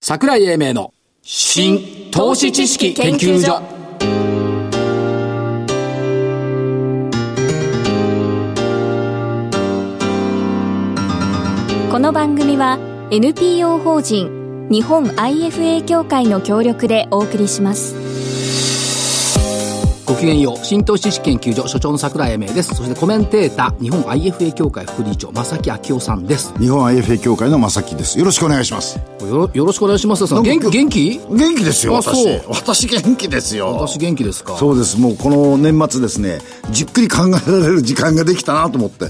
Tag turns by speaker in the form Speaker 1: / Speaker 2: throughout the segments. Speaker 1: 桜井英明の新投資知識研究所
Speaker 2: この番組は NPO 法人日本 IFA 協会の協力でお送りします
Speaker 1: ごきげんよう新投資知識研究所所長の桜井英明ですそしてコメンテーター日本 IFA 協会副理事長正木昭夫さんです
Speaker 3: 日本 IFA 協会の正木です。よろしくお願いします。
Speaker 1: よろよろしくお願いします
Speaker 3: なんか
Speaker 1: 元気元気
Speaker 3: 元気ですよ、
Speaker 1: あ
Speaker 3: 私
Speaker 1: そう。
Speaker 3: 私元気ですよ。
Speaker 1: 私元気ですか
Speaker 3: そうです。もうこの年末ですね、じっくり考えられる時間ができたなと思って。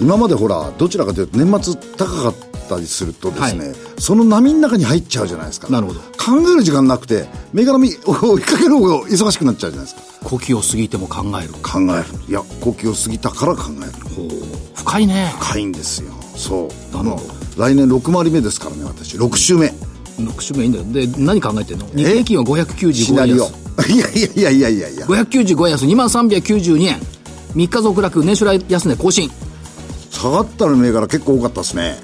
Speaker 3: 今までほら、どちらかというと年末高かったりするとですね、
Speaker 1: はい
Speaker 3: その波の中に入っちゃうじゃないですか。
Speaker 1: なるほど
Speaker 3: 考える時間なくて、目からみ追いかける方が忙しくなっちゃうじゃないですか。
Speaker 1: 呼吸を過ぎても考える
Speaker 3: 考える。いや、呼吸を過ぎたから考える。
Speaker 1: 深いね
Speaker 3: 深いんですよ。そ
Speaker 1: な
Speaker 3: う。
Speaker 1: るほど
Speaker 3: もう来年6回り目ですからね、私。6週目。
Speaker 1: 6週目いいんだよで何考えてんの日経平均は
Speaker 3: シ
Speaker 1: 595
Speaker 3: ナ
Speaker 1: 円
Speaker 3: リ
Speaker 1: 安
Speaker 3: オ。 いやいやいやいやいや。
Speaker 1: 595円安2万392円3日続落年初来安値更新
Speaker 3: 下がった銘柄結構多かったですね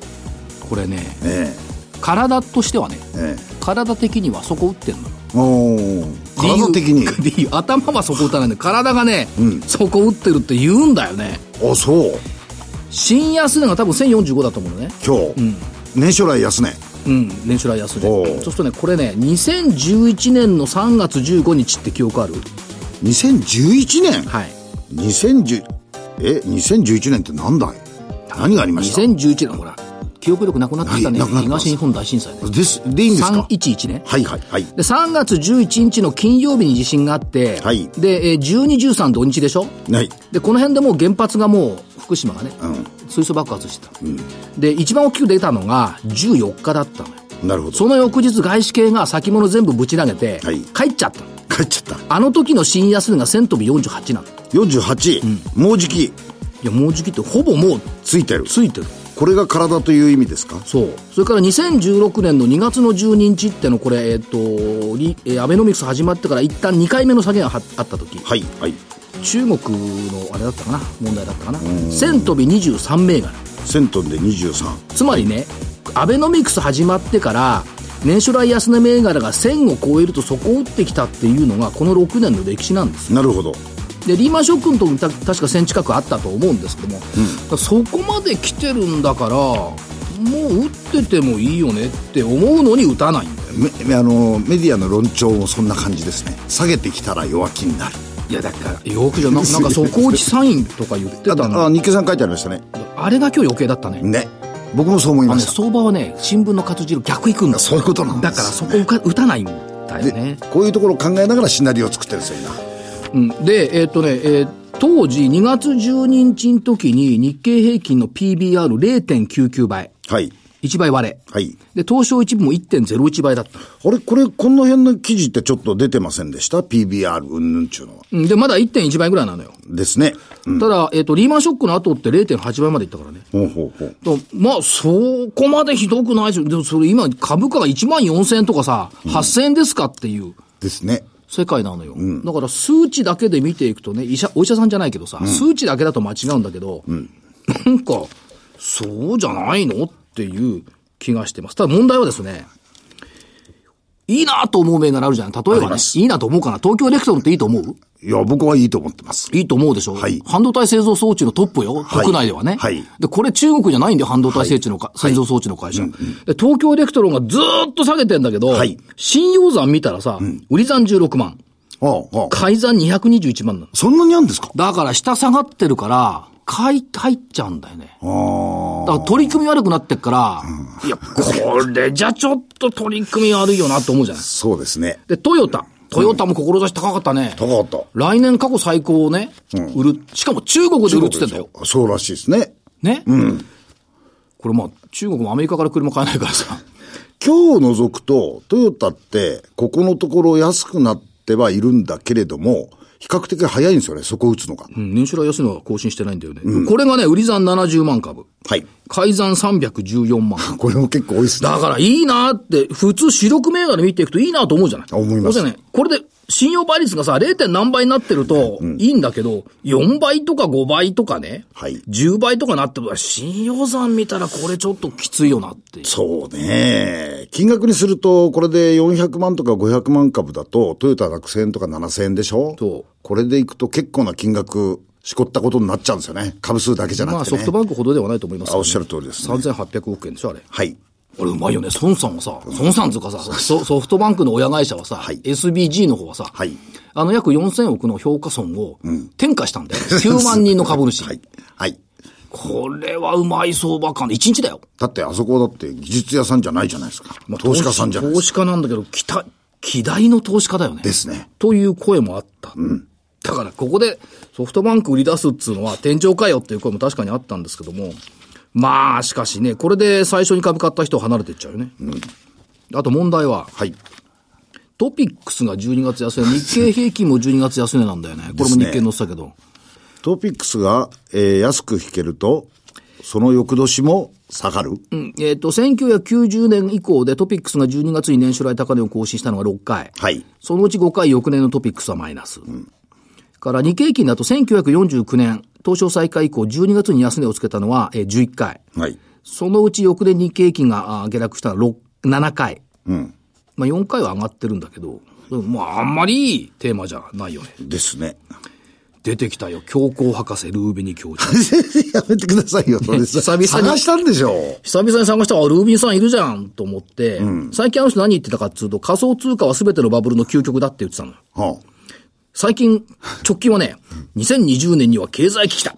Speaker 1: これね
Speaker 3: え
Speaker 1: 体としてはね
Speaker 3: ええ
Speaker 1: 体的にはそこ打ってんのよ
Speaker 3: えおお体的に
Speaker 1: 理由理由頭はそこ打たないんだけど体がね、そこ打ってるって言うんだよね
Speaker 3: あそう
Speaker 1: 新安値が多分1045だと思うのね
Speaker 3: 今日、年初来安値
Speaker 1: うん年初来安値
Speaker 3: おう
Speaker 1: そうするとねこれね2011年の3月15日って記憶ある
Speaker 3: 2011年、
Speaker 1: はい
Speaker 3: 2010え2011年って何だい何がありました
Speaker 1: 2011年ほら記憶力なくなってきたね、
Speaker 3: はいなくなってます
Speaker 1: 東日本大震災ね
Speaker 3: ですでいいんですか
Speaker 1: 311ね
Speaker 3: はいはいはい
Speaker 1: で3月11日の金曜日に地震があって、
Speaker 3: はい
Speaker 1: で、えー、1213土日でしょ
Speaker 3: はい
Speaker 1: でこの辺でもう原発がもう福島がね、
Speaker 3: ん
Speaker 1: 水素爆発してた、で一番大きく出たのが14日だったのよ
Speaker 3: なるほど
Speaker 1: その翌日外資系が先物全部ぶち投げて、
Speaker 3: はい
Speaker 1: 帰っちゃったの
Speaker 3: 帰っちゃっ
Speaker 1: あの時の新安値が1000飛び48なのい
Speaker 3: た48、もうじき
Speaker 1: やもうじきってほぼもう
Speaker 3: ついてる
Speaker 1: ついてる
Speaker 3: これが体という意味ですか
Speaker 1: そうそれから2016年の2月の12日ってのこれえっ、とリえーアベノミクス始まってから一旦2回目の下げがはあった時
Speaker 3: はいはい
Speaker 1: 中国のあれだったかな問題だったかな1000飛び23銘柄
Speaker 3: 1000トンで23
Speaker 1: つまりね、アベノミクス始まってから、年初来安値銘柄が1000を超えるとそこを打ってきたっていうのが、この6年の歴史なんですよ。
Speaker 3: なるほど
Speaker 1: で、リーマンショックの時もた確か1000近くあったと思うんですけども、だからそこまで来てるんだから、もう打っててもいいよねって思うのに打たないんだよ。
Speaker 3: めあのメディアの論調もそんな感じですね下げてきたら弱気になる
Speaker 1: いや、だから、よくじゃな、なんか底落ちサインとか言ってた
Speaker 3: ああ
Speaker 1: の。
Speaker 3: 日経さん書いてありましたね
Speaker 1: あれが今日余計だったね。
Speaker 3: ね僕もそう思い
Speaker 1: あのね
Speaker 3: ました、
Speaker 1: 相場はね、新聞の活字の逆行くんだ
Speaker 3: そういうことなんです
Speaker 1: だからそこをか打たないんだよね
Speaker 3: で。こういうところを考えながらシナリオを作ってるんですよ
Speaker 1: うん、で、えーっとね、えー当時2月12日の時に日経平均の PBR0.99 倍、
Speaker 3: 今はい
Speaker 1: 1倍割れ。
Speaker 3: はい
Speaker 1: で、東証一部も1.01倍だった。
Speaker 3: あれこれこの辺の記事ってちょっと出てませんでした PBR うんぬんちゅうのは
Speaker 1: うんで、まだ1.1倍ぐらいなのよ。
Speaker 3: ですね
Speaker 1: ただ、えーっ、と、リーマンショックの後って0.8倍までいったからね。
Speaker 3: ほうほうほう
Speaker 1: とまあ、そこまでひどくないですよ。でもそれ今、株価が1万4000円とかさ、8000円ですかっていう。
Speaker 3: ですね
Speaker 1: 世界なのよ、だから数値だけで見ていくとね医者お医者さんじゃないけどさ、数値だけだと間違うんだけど、なんかそうじゃないのっていう気がしてますただ問題はですねいいなと思う銘柄あるじゃん例え
Speaker 3: あり
Speaker 1: ば
Speaker 3: ま
Speaker 1: ね
Speaker 3: す
Speaker 1: いいなと思うかな東京エレクトロンっていいと思う
Speaker 3: いや僕はいいと思ってます
Speaker 1: いいと思うでしょ、
Speaker 3: はい
Speaker 1: 半導体製造装置のトップよ、
Speaker 3: はい
Speaker 1: 国内ではね。
Speaker 3: はい
Speaker 1: で、これ中国じゃないんだよ、半導体製造のか、製造装置の会社、で。東京エレクトロンがずーっと下げてんだけど、
Speaker 3: はい
Speaker 1: 信用残見たらさ、売り残16万。
Speaker 3: ああああ
Speaker 1: 改ざん221万なの。
Speaker 3: そんなにあるんですか
Speaker 1: だから下下がってるから、買い、入っちゃうんだよね。
Speaker 3: ああ
Speaker 1: だから取り組み悪くなってっから、いや、これじゃちょっと取り組み悪いよなと思うじゃない。
Speaker 3: そうですね
Speaker 1: で、トヨタ。トヨタも志高かったね。
Speaker 3: 高かっ
Speaker 1: 来年過去最高をね、売る。しかも中国で
Speaker 3: た
Speaker 1: 売るって言ってんだよ。
Speaker 3: そうらしいですね
Speaker 1: ね。これまあ、中国もアメリカから車買えないからさ。
Speaker 3: 今日除くと、トヨタって、ここのところ安くなってはいるんだけれども、比較的早いんですよね、そこ打つのが。
Speaker 1: うん、年収来安いのは更新してないんだよね。これがね、売り算70万株。
Speaker 3: はい。
Speaker 1: 改ざん314万。
Speaker 3: これも結構多いですね。
Speaker 1: だからいいなって、普通主力銘柄見ていくといいなと思うじゃない
Speaker 3: 思います
Speaker 1: そうじゃないこれで、信用倍率がさ、0. 点何倍になってると、いいんだけど、4倍とか5倍とかね、
Speaker 3: はい
Speaker 1: 10倍とかなってるから、信用算見たらこれちょっときついよなっていう。
Speaker 3: そうね。金額にすると、これで400万とか500万株だと、トヨタは6000円とか7000円でしょ
Speaker 1: そう
Speaker 3: これでいくと結構な金額、しこったことになっちゃうんですよね。株数だけじゃなくて、ね。
Speaker 1: まあソフトバンクほどではないと思いますけど
Speaker 3: あおっしゃる通りですね
Speaker 1: 3800億円でしょ、あれ。
Speaker 3: はい。
Speaker 1: あれうまいよね。孫さんはさ、孫さんつうかさ、ソソフトバンクの親会社はさ、
Speaker 3: はい
Speaker 1: SBG の方はさ、
Speaker 3: はい
Speaker 1: あの約4000億の評価損を転嫁したんだ よ。9万人の株主。
Speaker 3: はい。はい。
Speaker 1: これはうまい相場感で、1日だよ。
Speaker 3: だってあそこだって技術屋さんじゃないじゃないですか。投資家さんじゃないで
Speaker 1: 投
Speaker 3: すか。
Speaker 1: 資家なんだけど、期待、期待の投資家だよね。
Speaker 3: ですね。
Speaker 1: という声もあった。だから、ここでソフトバンク売り出すっつうのは、天井かよっていう声も確かにあったんですけども、まあ、しかしね、これで最初に株買った人は離れていっちゃうよね。あと問題は、
Speaker 3: はい。
Speaker 1: トピックスが12月安値、日経平均も12月安値なんだよね。これも日経載ってたけど。
Speaker 3: トピックスが、えー安く引けると、その翌年も下がる。
Speaker 1: うんえっ、と、1990年以降でトピックスが12月に年初来高値を更新したのが6回。
Speaker 3: はい。
Speaker 1: そのうち5回翌年のトピックスはマイナス。から日経平均だと1949年、東証再開以降12月に安値をつけたのはえー11回。
Speaker 3: はい。
Speaker 1: そのうち翌年日経平均があー下落したのは6 7回。まあ4回は上がってるんだけど、うんまああんまりいいテーマじゃないよね。
Speaker 3: ですね。
Speaker 1: 出てきたよ。教皇博士、ルービニ教授。
Speaker 3: やめてくださいよ、それ。
Speaker 1: 久々に
Speaker 3: 探したんでしょ
Speaker 1: 久々に探したら、あルービンさんいるじゃんと思って、最近あの人何言ってたかっつうと、仮想通貨は全てのバブルの究極だって言ってたのよ。
Speaker 3: はあ
Speaker 1: 最近、直近はね、2020年には経済危機だ。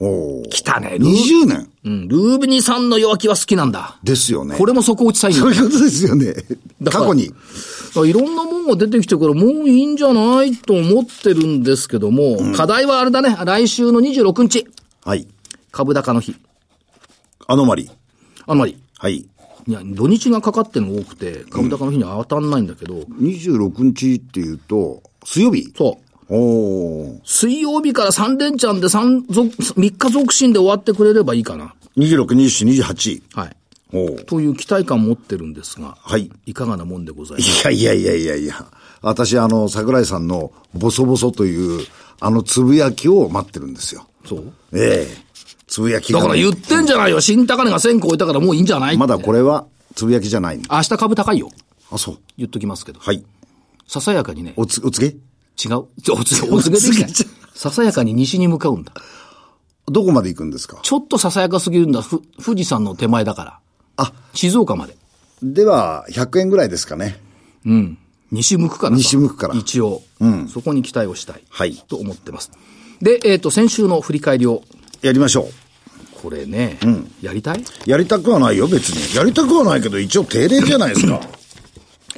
Speaker 3: おー
Speaker 1: 来たね、ルー、
Speaker 3: 20年
Speaker 1: うん、ルービニさんの弱気は好きなんだ。
Speaker 3: ですよね。
Speaker 1: これも底打ちサインだ
Speaker 3: そういうことですよね。
Speaker 1: だか
Speaker 3: 過
Speaker 1: ら
Speaker 3: 去に。
Speaker 1: だからいろんなもんが出てきてからもういいんじゃないと思ってるんですけども、課題はあれだね、来週の26日、
Speaker 3: はい。
Speaker 1: 株高の日。
Speaker 3: アノマリー。
Speaker 1: あんまり、
Speaker 3: はい。
Speaker 1: いや、土日がかかってるの多くて、株高の日には当たんないんだけど、
Speaker 3: 26日っていうと、水曜日
Speaker 1: そう。
Speaker 3: う。おー。
Speaker 1: 水曜日から3連チャンで3続、3日続進で終わってくれればいいかな。
Speaker 3: 26、27、28。
Speaker 1: はい。
Speaker 3: おー。
Speaker 1: という期待感を持ってるんですが、
Speaker 3: はい。
Speaker 1: いかがなもんでございま
Speaker 3: い
Speaker 1: す。
Speaker 3: やいやいやいやいや。私、あの、桜井さんの、ボソボソという、あの、つぶやきを待ってるんですよ。
Speaker 1: そう
Speaker 3: ええつぶやきが
Speaker 1: だ
Speaker 3: ね、
Speaker 1: から言ってんじゃないよ。新高値が1000超えたからもういいんじゃない
Speaker 3: まだこれは、つぶやきじゃないの。
Speaker 1: 明日株高いよ。
Speaker 3: あ、そう。
Speaker 1: 言っときますけど。
Speaker 3: はい。
Speaker 1: ささやかにね、
Speaker 3: おつ、お告げ
Speaker 1: 違う。お告げ、お告げできない。ささやかに西に向かうんだ。
Speaker 3: どこまで行くんですか
Speaker 1: ちょっとささやかすぎるんだ。ふ、富士山の手前だから。
Speaker 3: あ、
Speaker 1: 静岡まで。
Speaker 3: では、100円ぐらいですかね。
Speaker 1: うん。西向くからさ。
Speaker 3: 西向くから
Speaker 1: 一応。うん。そこに期待をしたい。
Speaker 3: はい
Speaker 1: と思ってます。で、えっ、と、先週の振り返りを
Speaker 3: やりましょ。
Speaker 1: これね、やりたいう
Speaker 3: やりたくはないよ、別に。やりたくはないけど、一応定例じゃないですか。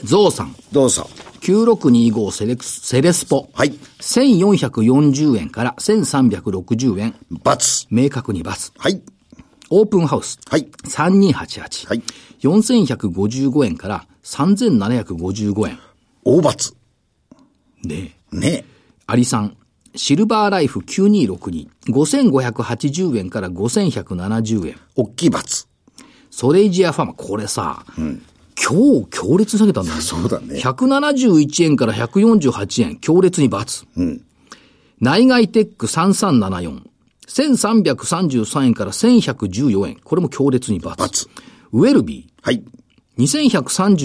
Speaker 1: ゾウさん、
Speaker 3: どうぞ。
Speaker 1: 9625セレクスセレスポ。
Speaker 3: はい
Speaker 1: 1440円から1360円。
Speaker 3: 罰。
Speaker 1: 明確に罰。
Speaker 3: はい。
Speaker 1: オープンハウス。
Speaker 3: はい
Speaker 1: 3288。
Speaker 3: はい
Speaker 1: 4155円から3755円。
Speaker 3: 大罰。
Speaker 1: ねえ。
Speaker 3: ね
Speaker 1: アリさん。シルバーライフ9262。5580円から5170円。
Speaker 3: おっきい罰。
Speaker 1: ソレイジアファーマ、これさ、今日強烈に下げたんだよ、ね。
Speaker 3: そうだね
Speaker 1: 171円から148円、強烈に×。内外テック3374。1333円から1114円。これも強烈に×。
Speaker 3: 罰
Speaker 1: ウェルビ
Speaker 3: はい。
Speaker 1: ー。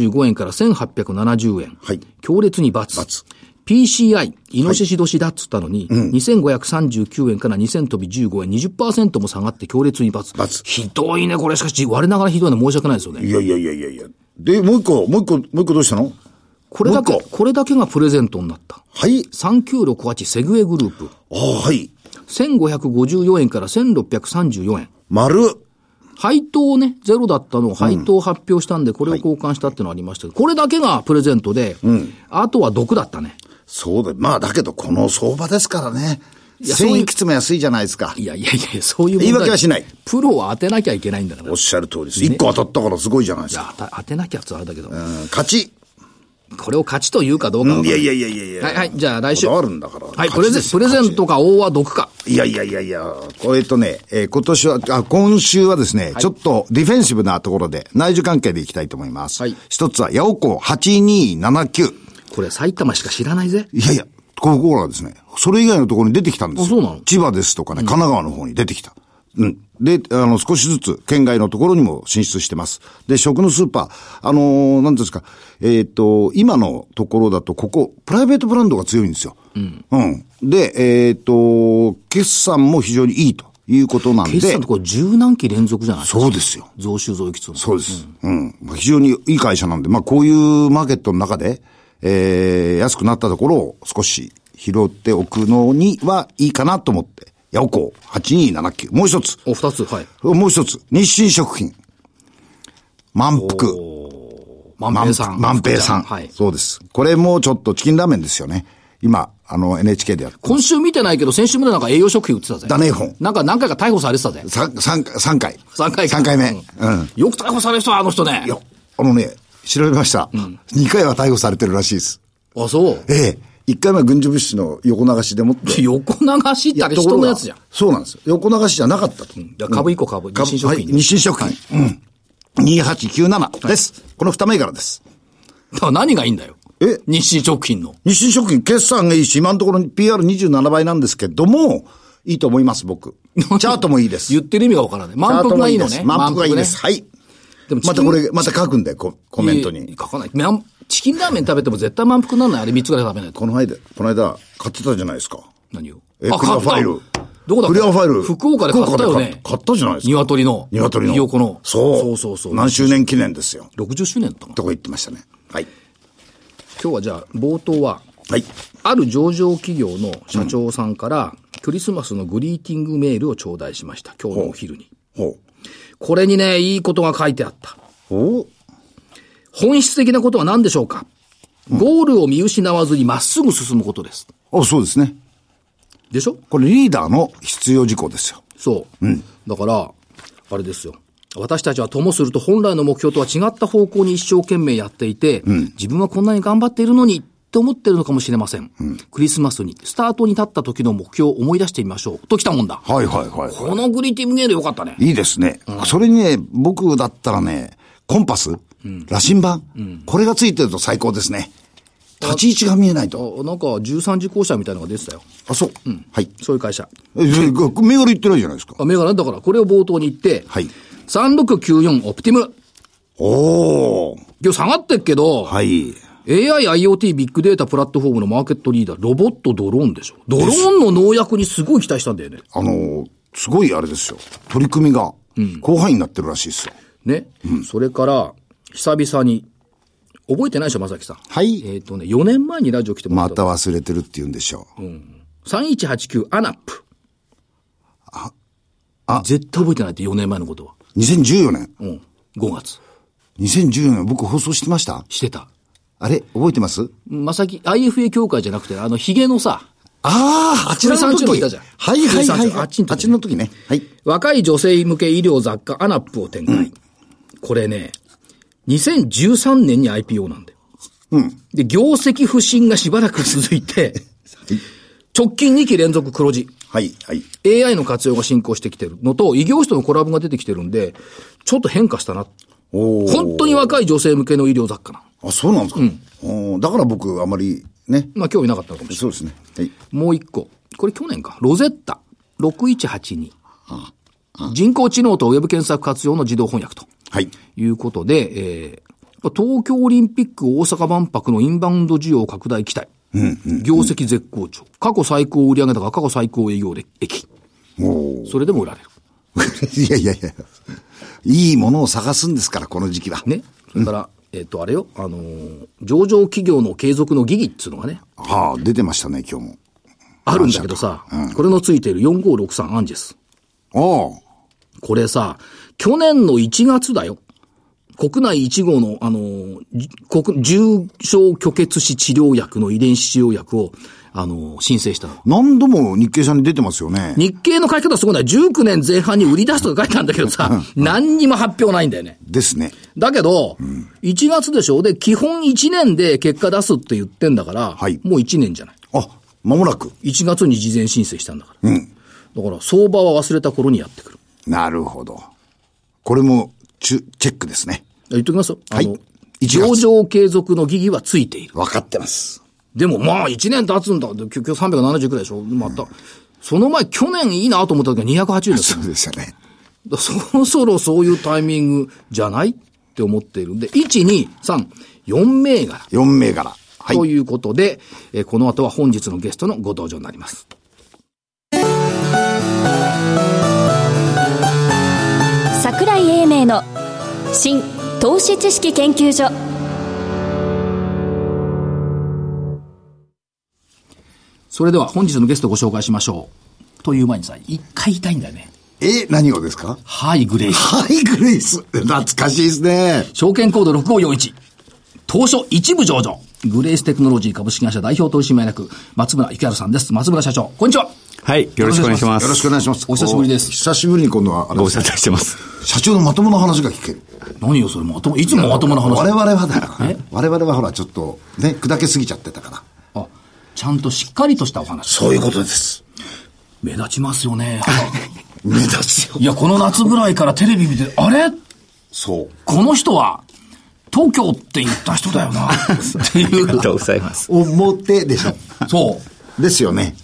Speaker 1: 2135円から1870円。
Speaker 3: はい
Speaker 1: 強烈に×。
Speaker 3: 罰
Speaker 1: PCI、イノシシ年だっつったのに、2539円から2000飛び15円、20%も下がって強烈に×。
Speaker 3: 罰
Speaker 1: ひどいね、これ。しかし、我ながらひどいの申し訳ないですよね。
Speaker 3: いやいやいやいやいや。で、もう一個、もう一個、もう一個どうしたの
Speaker 1: これだけ
Speaker 3: もう、一
Speaker 1: これだけがプレゼントになった。
Speaker 3: はい。
Speaker 1: 3968セグウェイグループ。
Speaker 3: あはい。
Speaker 1: 1554円から1634円。
Speaker 3: 丸。
Speaker 1: 配当をね、ゼロだったのを配当を発表したんで、これを交換したっていうのはありましたけど、これだけがプレゼントで、あとは毒だったね。
Speaker 3: そうだ。まあ、だけど、この相場ですからね。
Speaker 1: やそういう
Speaker 3: 1000いくつも安いじゃないですか。
Speaker 1: いやいやいや、そういう問題
Speaker 3: 言い訳はしない。
Speaker 1: プロは当てなきゃいけないんだから。い
Speaker 3: おっしゃる通りです。一個当たったからすごいじゃないです
Speaker 1: や
Speaker 3: か。
Speaker 1: 当た当てなきゃってあれだけど。
Speaker 3: うん、勝ち。
Speaker 1: これを勝ちというかどうかわかん
Speaker 3: い
Speaker 1: な
Speaker 3: やいやいやいやいや。
Speaker 1: はいはいじゃあ来週
Speaker 3: こだわるんだから。
Speaker 1: はい、プ
Speaker 3: 勝
Speaker 1: レ
Speaker 3: ち
Speaker 1: ゼ
Speaker 3: で
Speaker 1: ン
Speaker 3: す
Speaker 1: プレゼント。か王は毒か。
Speaker 3: 勝ちいやいやいやいや、こうえっとね、えー今年は、あ、今週はですね、ちょっとディフェンシブなところで内需関係でいきたいと思います。
Speaker 1: はい
Speaker 3: 一つは、八オコ8279。
Speaker 1: これ埼玉しか知らないぜ。
Speaker 3: いやいや、ここらはですね、それ以外のところに出てきたんですよ。
Speaker 1: あそうなの
Speaker 3: 千葉ですとかね、神奈川の方に出てきた。うん。で、あの、少しずつ県外のところにも進出してます。で、食のスーパー、あのー、なんていうんですか、えっ、と、今のところだと、ここ、プライベートブランドが強いんですよ。うん。で、えっ、と、決算も非常にいいということなんで。
Speaker 1: 決算のとこれ十何期連続じゃない
Speaker 3: そうですよ。
Speaker 1: 増収増益つ
Speaker 3: そうです。うん。まあ非常にいい会社なんで、まあこういうマーケットの中で、えー、安くなったところを少し拾っておくのにはいいかなと思って。ヤオコー8279。もう一つ。
Speaker 1: お、二つ、はい。
Speaker 3: もう一つ。日清食品。満腹。
Speaker 1: 万平さん。
Speaker 3: 万平さん。
Speaker 1: はい。
Speaker 3: そうです。これもちょっとチキンラーメンですよね。今、あの NHK でやってます。
Speaker 1: 今週見てないけど、先週までなんか栄養食品売ってたぜ。
Speaker 3: ダネイホン
Speaker 1: なんか何回か逮捕されてたぜ。
Speaker 3: 三三三回。
Speaker 1: 3回か
Speaker 3: 三回目。
Speaker 1: うん
Speaker 3: うん
Speaker 1: よく逮捕される人はあの人ね
Speaker 3: い。や、あのね、調べました。二回は逮捕されてるらしいです。
Speaker 1: あ、そう。
Speaker 3: ええ。一回目は軍事物資の横流しで もって。
Speaker 1: 横流しってあれ人のやつじゃん。
Speaker 3: ところがそうなんです。横流しじゃなかったと。
Speaker 1: や株一個株日清食品
Speaker 3: はい日清食品。うん。2897です。この二銘柄です。
Speaker 1: だから何がいいんだよ。
Speaker 3: え
Speaker 1: 日清食品の。
Speaker 3: 日清食品、決算がいいし、今のところ PR27 倍なんですけども、いいと思いま す、僕。チャートもいいです。
Speaker 1: 言ってる意味がわからない。満腹がいいのね。
Speaker 3: 満腹がいいです。
Speaker 1: 満
Speaker 3: はい。
Speaker 1: 腹ね。でも
Speaker 3: またこれ、また書くんだよ、こコ
Speaker 1: コ
Speaker 3: メントに。
Speaker 1: 書かない。満チキンラーメン食べても絶対満腹にならない。あれ3つぐらい食べないと。
Speaker 3: この間、この間、買ってたじゃないですか。
Speaker 1: 何を
Speaker 3: え、クリアファイル。
Speaker 1: どこだっけ
Speaker 3: クリアファイル。
Speaker 1: 福岡で買ったよ
Speaker 3: 福岡で買
Speaker 1: ね
Speaker 3: っ。買ったじゃないですか。
Speaker 1: 鶏の。
Speaker 3: 鶏の。
Speaker 1: ひよこの。
Speaker 3: そう。
Speaker 1: そうそうそう。
Speaker 3: 何周年記念ですよ。
Speaker 1: 60周年だったかな。
Speaker 3: とか言ってましたね。はい。
Speaker 1: 今日はじゃあ、冒頭は、
Speaker 3: はい。
Speaker 1: ある上場企業の社長さんから、クリスマスのグリーティングメールを頂戴しました。今日のお昼に。
Speaker 3: ほ
Speaker 1: これにね、いいことが書いてあった。
Speaker 3: う。お
Speaker 1: 本質的なことは何でしょうか、ゴールを見失わずにまっすぐ進むことです。
Speaker 3: あ、そうですね。
Speaker 1: でしょ
Speaker 3: これリーダーの必要事項ですよ。
Speaker 1: そう。だから、あれですよ。私たちはともすると本来の目標とは違った方向に一生懸命やっていて、自分はこんなに頑張っているのにって思ってるのかもしれません。クリスマスに、スタートに立った時の目標を思い出してみましょう。ときたもんだ。
Speaker 3: はいはいはい、
Speaker 1: このグリーティングゲールよかったね。
Speaker 3: い。いですね。それにね、僕だったらね、コンパス、羅針盤、これがついてると最高ですね。立ち位置が見えないと。
Speaker 1: あなんか13時校舎みたいなのが出てたよ。
Speaker 3: あ、そう。はい。
Speaker 1: そういう会社。
Speaker 3: え、銘柄言ってないじゃないですか。
Speaker 1: あ、銘柄だから、これを冒頭に言って、
Speaker 3: はい
Speaker 1: 3694オプティム。
Speaker 3: おー。
Speaker 1: 今日下がってっけど、
Speaker 3: はい。
Speaker 1: AI、IoT、ビッグデータプラットフォームのマーケットリーダー、ロボット、ドローンでしょ。ドローンの農薬にすごい期待したんだよね。
Speaker 3: あの、すごいあれですよ。取り組みが、広範囲になってるらしいですよ。
Speaker 1: ね。それから、久々に、覚えてないでしょ、正木さん。
Speaker 3: はい
Speaker 1: えっ、とね、4年前にラジオ来てもら
Speaker 3: ま
Speaker 1: った。
Speaker 3: た忘れてるって言うんでしょう。
Speaker 1: 3189アナップ。あ、あ。絶対覚えてないって、4年前のことは。
Speaker 3: 2014年。
Speaker 1: うん。5月。
Speaker 3: 2014年僕放送してました
Speaker 1: してた。
Speaker 3: あれ覚えてます
Speaker 1: まさき、IFA 協会じゃなくて、あの、ヒゲのさ、
Speaker 3: ああ、あちらの
Speaker 1: 三
Speaker 3: 時
Speaker 1: 十のいたじゃん
Speaker 3: はいはいはいはい。
Speaker 1: あっちの時ね
Speaker 3: あっちの時ね。はい。
Speaker 1: 若い女性向け医療雑貨アナップを展開。これね、2013年に IPO なんだよ。で、業績不振がしばらく続いて、直近2期連続黒字。
Speaker 3: はいはい。
Speaker 1: AI の活用が進行してきてるのと、異業種とのコラボが出てきてるんで、ちょっと変化したな。
Speaker 3: おー
Speaker 1: 本当に若い女性向けの医療雑貨なの。
Speaker 3: あ、そうなんですか。おーだから僕、あまり、ね。
Speaker 1: まあ、興味なかったのかもしれない。
Speaker 3: そうですね。はい。
Speaker 1: もう一個。これ去年か。ロゼッタ6182。人工知能とウェブ検索活用の自動翻訳と
Speaker 3: はい。
Speaker 1: いうことで、えー東京オリンピック大阪万博のインバウンド需要拡大期待。業績絶好調。過去最高売上高、過去最高営業で益。
Speaker 3: おー
Speaker 1: それでも売られる。
Speaker 3: いやいやいや。いいものを探すんですから、この時期は。。
Speaker 1: ね。それから、えっ、と、あれよ、あのー上場企業の継続の疑義っつうのがね、
Speaker 3: はあ、出てましたね、今日も。
Speaker 1: あるんだけどさ、
Speaker 3: 感謝と
Speaker 1: これのついている4563アンジェス。
Speaker 3: ああ。
Speaker 1: これさ、去年の1月だよ。国内1号の、あの、じ国重症虚血死治療薬の遺伝子治療薬を、あの、申請したの。
Speaker 3: 何度も日経さんに出てますよね。
Speaker 1: 日経の書き方すごいな。19年前半に売り出すとか書いてあるんだけどさ、何にも発表ないんだよね。
Speaker 3: ですね。
Speaker 1: だけど、1月でしょで、基本1年で結果出すって言ってんだから、
Speaker 3: はい
Speaker 1: もう1年じゃない。
Speaker 3: あ、まもなく。
Speaker 1: 1月に事前申請したんだから。
Speaker 3: うん。
Speaker 1: だから、相場は忘れた頃にやってくる。
Speaker 3: なるほど。これも、チュ、チェックですね。
Speaker 1: 言っときますよ。あの
Speaker 3: はい一月
Speaker 1: 上場継続の疑義はついている。
Speaker 3: 分かってます。
Speaker 1: でもまあ、1年経つんだ。で結局370くらいでしょまた。その前、去年いいなと思った時は280円ですよ
Speaker 3: そうですよね。
Speaker 1: だそろそろそういうタイミングじゃないって思っているんで、1、2、3、4銘柄
Speaker 3: 4銘柄。は
Speaker 1: と
Speaker 3: い。
Speaker 1: いうことで、えーこの後は本日のゲストのご登場になります。
Speaker 2: 桜井英明の新投資知識研究所
Speaker 1: それでは本日のゲストをご紹介しましょう。という前にさ、一回言いたいんだよね。
Speaker 3: え、何をですか
Speaker 1: はい、グレイ。
Speaker 3: はい、グレイス。懐かしいですね。
Speaker 1: 証券コード6541。東証一部上場。グレイステクノロジー株式会社代表取締役、松村幸春さんです。松村社長、こんにちは。
Speaker 4: はい、よろしくお願いします。
Speaker 3: よろしくお願いします。
Speaker 1: お久しぶりです
Speaker 3: 久しぶりに今度は、あれ
Speaker 4: ご無沙汰してます。
Speaker 3: 社長のまともな話が聞ける。
Speaker 1: 何よ、それも頭、いつもまともな話。
Speaker 3: 我々はだから
Speaker 1: え
Speaker 3: ね。我々はほら、ちょっと、ね、砕けすぎちゃってたから。
Speaker 1: あ、ちゃんとしっかりとしたお話。
Speaker 3: そういうことです。
Speaker 1: 目立ちますよ ね。
Speaker 3: 目立つよ
Speaker 1: い。や、この夏ぐらいからテレビ見て、あれ
Speaker 3: そう。
Speaker 1: この人は、東京って言った人だよ な。ってい
Speaker 4: ありがとう
Speaker 1: う。
Speaker 4: ございます。
Speaker 3: 表でしょ。
Speaker 1: そう。
Speaker 3: ですよ ね。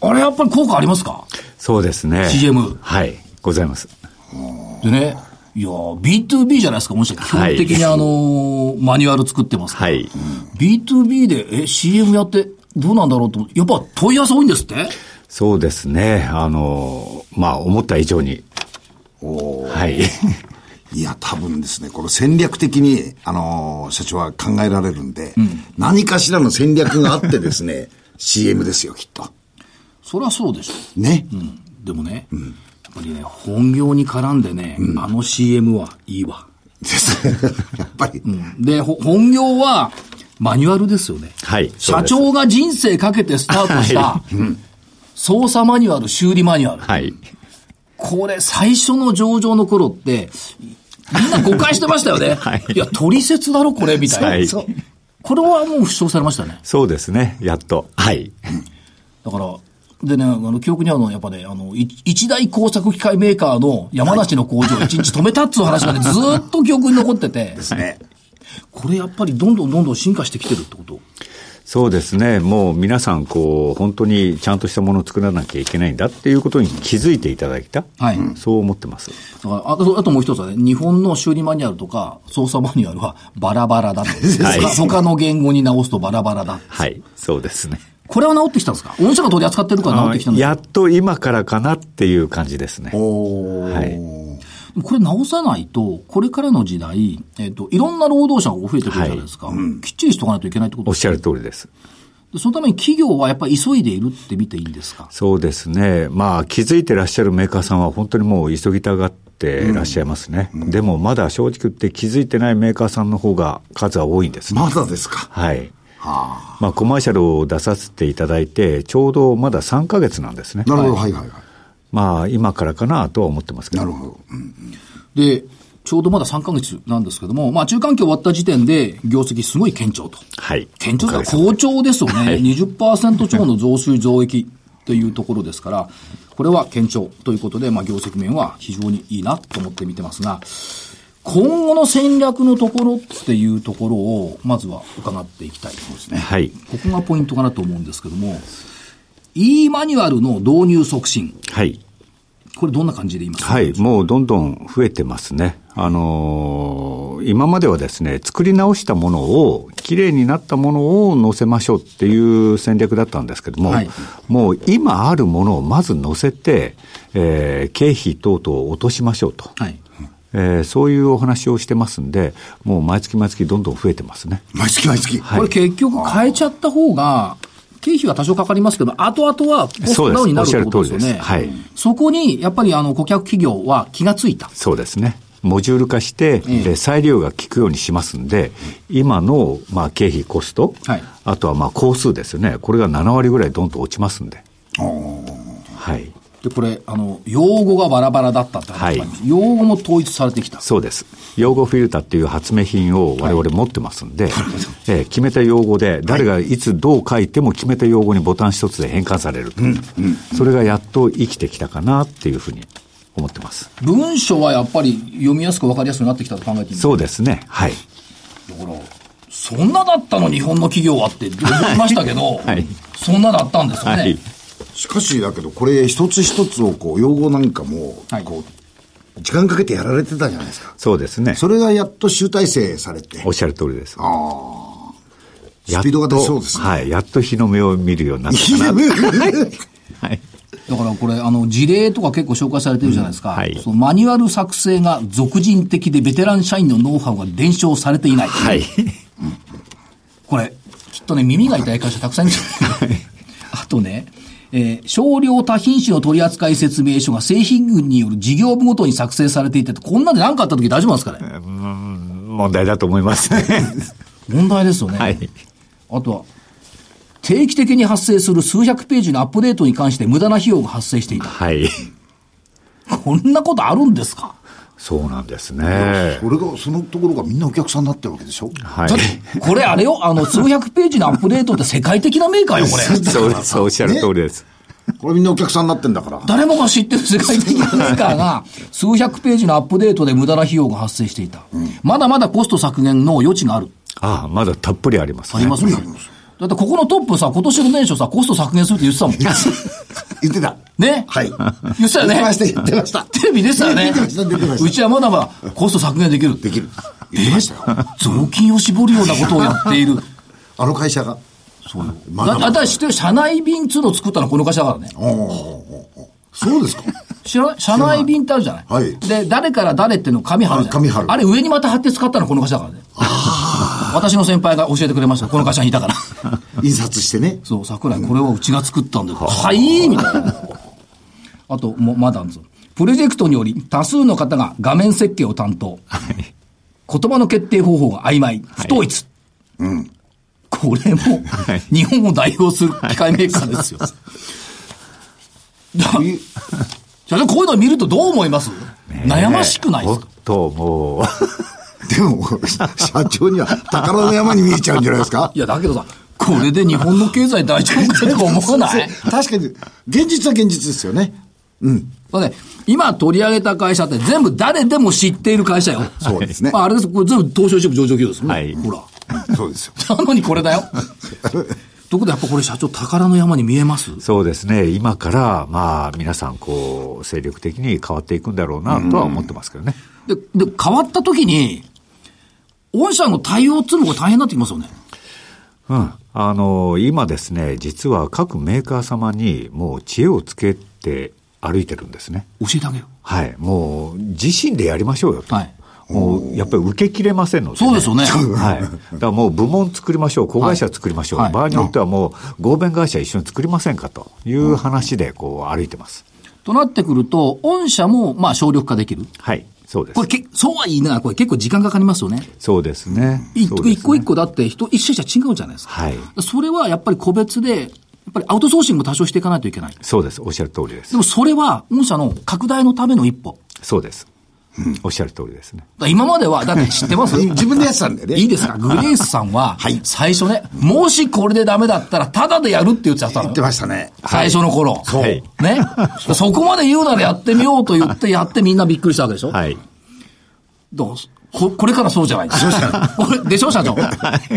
Speaker 1: あれやっぱり効果ありますか
Speaker 4: そうですね。
Speaker 1: CM
Speaker 4: はい、ございます。
Speaker 1: でね。いやー、B2B じゃないですか、もしかして基
Speaker 4: は
Speaker 1: 本
Speaker 4: い
Speaker 1: 的にあのーマニュアル作ってますから。
Speaker 4: はい。
Speaker 1: B2B で、え、CM やって、どうなんだろうと思ってやっぱ問い合わせ多いんですって
Speaker 4: そうですね。あの、まあ、思った以上に。 はい。
Speaker 3: いや、多分ですね、この戦略的に、あのー社長は考えられるんで、何かしらの戦略があってです ね、CM ですよ、きっと。
Speaker 1: そりゃそうでしょ。
Speaker 3: ね。
Speaker 1: でもね、やっぱりね、本業に絡んでね、あの CM はいいわ。
Speaker 3: です ね。やっぱり、
Speaker 1: で、ほ本業はマニュアルですよね。
Speaker 4: はいそう
Speaker 1: 社
Speaker 4: です
Speaker 1: 長が人生かけてスタートした、
Speaker 4: は
Speaker 1: 操作マニュアル、修理マニュアル。
Speaker 4: はい。
Speaker 1: これ、最初の上場の頃って、みんな誤解してましたよね。
Speaker 4: はい
Speaker 1: や、取説だろ、これ、みたいな。
Speaker 4: はい
Speaker 1: そうこれはもう主張されましたね。
Speaker 4: そうですね。やっと。はい。
Speaker 1: だから、でね、あの、記憶にあるのは、やっぱね、あの、い一大工作機械メーカーの山梨の工 場を一日止めたっつう話がね、ずーっと記憶に残ってて、
Speaker 3: ですね。
Speaker 1: これやっぱりどんどんどんどん進化してきてるってこと
Speaker 4: そうですね。もう皆さん、こう、本当にちゃんとしたものを作らなきゃいけないんだっていうことに気づいていただいた。
Speaker 1: はい
Speaker 4: そう思ってます。
Speaker 1: だからあと、あともう一つはね、日本の修理マニュアルとか操作マニュアルはバラバラだって。
Speaker 4: はい
Speaker 1: 他他の言語に直すとバラバラだ。
Speaker 4: はい。そうですね。
Speaker 1: これは直ってきたんですか御社が取り扱ってるから直ってきたんです
Speaker 4: やっと今からかなっていう感じですね。
Speaker 3: おー
Speaker 4: はい。
Speaker 1: かこれ直さないと、これからの時代、えっ、と、いろんな労働者が増えてくるじゃないですか。きっちりしとかないといけないってこと
Speaker 4: おっ
Speaker 1: です
Speaker 4: しゃる通りです。
Speaker 1: でそのために企業はやっぱり急いでいるって見ていいんですか
Speaker 4: そうですね。まあ、気づいてらっしゃるメーカーさんは本当にもう急ぎたがってらっしゃいますね。でも、まだ正直言って気づいてないメーカーさんの方が数は多いんですね。
Speaker 3: まだですか。
Speaker 4: はい。
Speaker 3: は
Speaker 4: まあ、コマーシャルを出させていただいて、ちょうどまだ3ヶ月なんですね
Speaker 3: あ。。なるほど、はいはいはい。
Speaker 4: まあ、今からかなとは思ってますけ
Speaker 3: な
Speaker 4: ど。
Speaker 3: るほど。うん
Speaker 1: で、ちょうどまだ3ヶ月なんですけども、まあ中間期終わった時点で業績すごい堅調と。
Speaker 4: はい。
Speaker 1: 堅調
Speaker 4: お
Speaker 1: さ、
Speaker 4: かげさまで
Speaker 1: 好調ですよね。
Speaker 4: はい
Speaker 1: 20%超の増水増益というところですから、これは堅調ということで、まあ業績面は非常にいいなと思って見てますが、今後の戦略のところっていうところを、まずは伺っていきたいところですね。
Speaker 4: はい。
Speaker 1: ここがポイントかなと思うんですけども、E マニュアルの導入促進。
Speaker 4: はい。
Speaker 1: これどんな感じで言いますか
Speaker 4: はい、もうどんどん増えてますね。あのー今まではですね、作り直したものを、きれいになったものを載せましょうっていう戦略だったんですけども、
Speaker 1: はい
Speaker 4: もう今あるものをまず載せて、えー経費等々を落としましょうと、
Speaker 1: はい。
Speaker 4: えーそういうお話をしてますんで、もう毎月毎月どんどん増えてますね。
Speaker 3: 毎月毎月。
Speaker 4: い
Speaker 1: これ結局変えちゃった方が、経費は多少かかりますけど、後々はコストダウンになるってことですよ
Speaker 4: そうですおっしゃる通り
Speaker 1: ね。
Speaker 4: ですはい
Speaker 1: そこに、やっぱりあの、顧客企業は気がついた。
Speaker 4: そうですね。モジュール化して、で裁量が効くようにしますんで、今の、まあ、経費、コスト、
Speaker 1: はい
Speaker 4: あとは、まあ、工数ですよね。これが7割ぐらいどんと落ちますんで。はい。
Speaker 1: で、これ、あの、用語がバラバラだったって話もあります、用語も統一されてきた。
Speaker 4: そうです。用語フィルターっていう発明品を我々持ってますんで、えー決めた用語で、誰がいつどう書いても決めた用語にボタン一つで変換されると、それがやっと生きてきたかなっていうふうに思ってます。
Speaker 1: 文章はやっぱり読みやすく分かりやすくなってきたと考えていい
Speaker 4: そうですね。はい。
Speaker 1: だから、そんなだったの日本の企業はって思いましたけど、
Speaker 4: はい
Speaker 1: そんなだったんですよね。
Speaker 4: はい。
Speaker 3: しかしだけど、これ一つ一つをこう、用語なんかも、
Speaker 1: はい
Speaker 3: こう、時間かけてやられてたじゃないですか。
Speaker 4: そうですね。
Speaker 3: それがやっと集大成されて、
Speaker 4: おっしゃる通りです。
Speaker 3: スピードが出そうですね。
Speaker 4: はい。やっと日の目を見るようになったかな。 はい。
Speaker 1: だからこれ、あの、事例とか結構紹介されてるじゃないですか。
Speaker 4: うんはい
Speaker 1: そのマニュアル作成が俗人的でベテラン社員のノウハウが伝承されていない。
Speaker 4: はい。
Speaker 1: これ、きっとね、耳が痛い会社たくさんいるんじゃないあとね、えー少量多品種の取扱説明書が製品群による事業部ごとに作成されていて、こんなんで何かあった時大丈夫なんですかね
Speaker 4: 問題だと思いますね。
Speaker 1: 問題ですよね。
Speaker 4: はい。
Speaker 1: あとは、定期的に発生する数百ページのアップデートに関して無駄な費用が発生 していた。
Speaker 4: はい。
Speaker 1: こんなことあるんですか
Speaker 4: そうなんですね。
Speaker 3: それが、そのところがみんなお客さんになってるわけでしょ
Speaker 4: はい
Speaker 1: だ。ってこれあれよ、あの、数百ページのアップデートって世界的なメーカーよ、これ。
Speaker 4: そうです。おっしゃる通りです。
Speaker 3: これみんなお客さんになってんだから。
Speaker 1: 誰もが知ってる世界的なメーカーが、数百ページのアップデートで無駄な費用が発生していた。まだまだコスト削減の余地がある。
Speaker 4: ああ、まだたっぷりあります
Speaker 1: あ
Speaker 4: ね。
Speaker 1: りますね。だってここのトップさ、今年の年初さ、コスト削減するって言ってたもん。
Speaker 3: 言ってた。
Speaker 1: ね
Speaker 3: はい。
Speaker 1: 言ってたよね
Speaker 3: 言ってました、言ってました。
Speaker 1: テレビ出てたよね。
Speaker 3: 出てました出てました
Speaker 1: うちはまだまだコスト削減でき る。
Speaker 3: できる。言ってましたよ。
Speaker 1: 雑巾を絞るようなことをやっている。
Speaker 3: あの会社が。そうよ。ま
Speaker 1: だだ
Speaker 3: だま
Speaker 1: って
Speaker 3: だ。
Speaker 1: 知ってる社内便っつうのを作ったのはこの会社だからね。
Speaker 3: おーおーおーそうですか。
Speaker 1: 知らない社内便ってあるじゃない
Speaker 3: はい
Speaker 1: で、誰から誰っていうのを紙貼るじゃん。
Speaker 3: あ紙貼る
Speaker 1: あれ上にまた貼って使ったのこの会社だからね。私の先輩が教えてくれました。この会社にいたから。
Speaker 3: 印刷してね。
Speaker 1: そう、桜井、これはうちが作ったんだよ。はいみたいな。あと、もう、まだあるんですよプロジェクトにより多数の方が画面設計を担当。言葉の決定方法が曖昧。不統一。これも、
Speaker 4: い
Speaker 1: 日本を代表する機械メーカーですよ。だ
Speaker 3: い
Speaker 1: 社長、こういうのを見るとどう思います悩ましくないです
Speaker 4: も
Speaker 1: か
Speaker 4: っともう、
Speaker 3: でも、社長には宝の山に見えちゃうんじゃないですか
Speaker 1: いや、だけどさ、これで日本の経済大丈夫かとか思わない
Speaker 3: 確かに、現実は現実ですよね。
Speaker 1: そうね、今取り上げた会社って全部誰でも知っている会社よ。
Speaker 3: そうですね
Speaker 1: まあ、あれです。これ全部東証一部上場企業ですもんね。
Speaker 4: はい
Speaker 1: ほら。
Speaker 3: そうですよ。
Speaker 1: なのにこれだよ。ということでやっぱこれ社長宝の山に見えます
Speaker 4: そうですね。今から、まあ、皆さん、こう、精力的に変わっていくんだろうな、とは思ってますけどね。
Speaker 1: で、で、変わった時に、御社の対応っていうのが大変になってきますよね。
Speaker 4: うん。あの、今ですね、実は各メーカー様に、もう知恵をつけて歩いてるんですね。
Speaker 1: 教えてあげよ
Speaker 4: はい。もう、自身でやりましょうよ
Speaker 1: う。
Speaker 4: と。
Speaker 1: はい。
Speaker 4: もう、やっぱり受けきれませんので、
Speaker 1: そうですよね。
Speaker 4: はい。だからもう部門作りましょう、子会社作りましょう、
Speaker 1: はい
Speaker 4: 場合によってはもう合弁会社一緒に作りませんかという話でこう歩いてます。
Speaker 1: となってくると、御社も、まあ、省力化できる。
Speaker 4: はい、そうです
Speaker 1: これ。け、そうは言いながら、これ結構時間かかりますよね。
Speaker 4: そうですね。
Speaker 1: い
Speaker 4: そうですね
Speaker 1: 一個一個だって人、一社一社違うじゃないですか。
Speaker 4: はい。
Speaker 1: それはやっぱり個別で、やっぱりアウトソーシングも多少していかないといけない。
Speaker 4: そうです。おっしゃる通りです
Speaker 1: で。もそれは、御社の拡大のための一歩。
Speaker 4: そうです。おっしゃる通りです
Speaker 1: だ
Speaker 4: ね。
Speaker 1: から今までは、だって知ってます
Speaker 3: 自分でやってたんだよね。
Speaker 1: いいですかグレースさんは
Speaker 3: はい、
Speaker 1: 最初ね、もしこれでダメだったら、タダでやるって言ってたの
Speaker 3: 言ってましたね。
Speaker 1: 最初の頃。
Speaker 4: そうはい
Speaker 1: ね。そこまで言うならやってみようと言って、やってみんなびっくりしたわけでしょ
Speaker 4: はい。
Speaker 1: どうここれからそうじゃないですか。これでしょ、社長。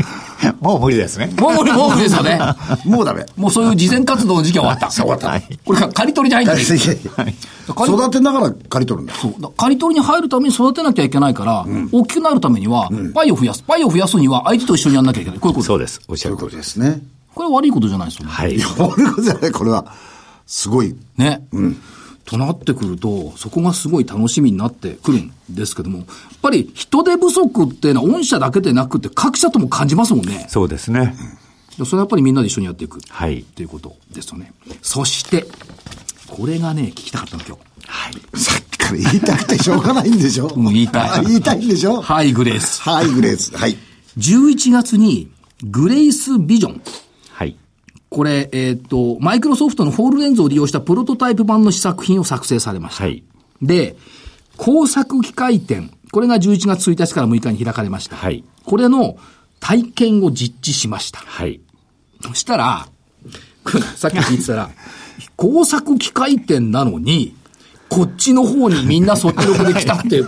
Speaker 4: もう無理ですね。
Speaker 1: もう無理、もう無理ですよね。
Speaker 3: もうダメ。
Speaker 1: もうそういう事前活動の時期は終わった。
Speaker 3: 終わった
Speaker 1: はいこれから刈り取りに入んないといけない刈り
Speaker 3: 育てながら借り取るんだ。
Speaker 1: そう。だ刈り取りに入るために育てなきゃいけないから、大きくなるためには、パイを増やす。パイを増やすには、相手と一緒にやんなきゃいけない。こういうこと。
Speaker 4: そうです。おっしゃ
Speaker 3: とい
Speaker 4: る
Speaker 3: うこ
Speaker 4: 通り
Speaker 3: と
Speaker 4: で。
Speaker 3: ですすね。
Speaker 1: これ悪いことじゃないですよね。
Speaker 4: はい。
Speaker 3: こういうことじゃない、これは。すごい。
Speaker 1: ね。となってくると、そこがすごい楽しみになってくるんですけども、やっぱり人手不足っていうのは、御社だけでなくて、各社とも感じますもんね。
Speaker 4: そうですね。
Speaker 1: でそれはやっぱりみんなで一緒にやっていく。
Speaker 4: はい
Speaker 1: っていうことですよね。そして、これがね、聞きたかったの、今日。
Speaker 4: はい。
Speaker 3: さっきかから言いたくてしょうがないんでしょ
Speaker 1: もう言いたい
Speaker 3: 言いたいんでしょは
Speaker 1: はい、グレース。
Speaker 3: い、グレース。はい。
Speaker 1: 11月に、グレイスビジョン。
Speaker 4: はい。
Speaker 1: これ、えーっ、と、マイクロソフトのフォールレンズを利用したプロトタイプ版の試作品を作成されました。
Speaker 4: はい。
Speaker 1: で、工作機械展。これが11月1日から6日に開かれました。
Speaker 4: はい
Speaker 1: これの体験を実地しました。
Speaker 4: はい。
Speaker 1: そしたら、 さっき聞いてたら、工作機械店なのに、こっちの方にみんな率直で来たって、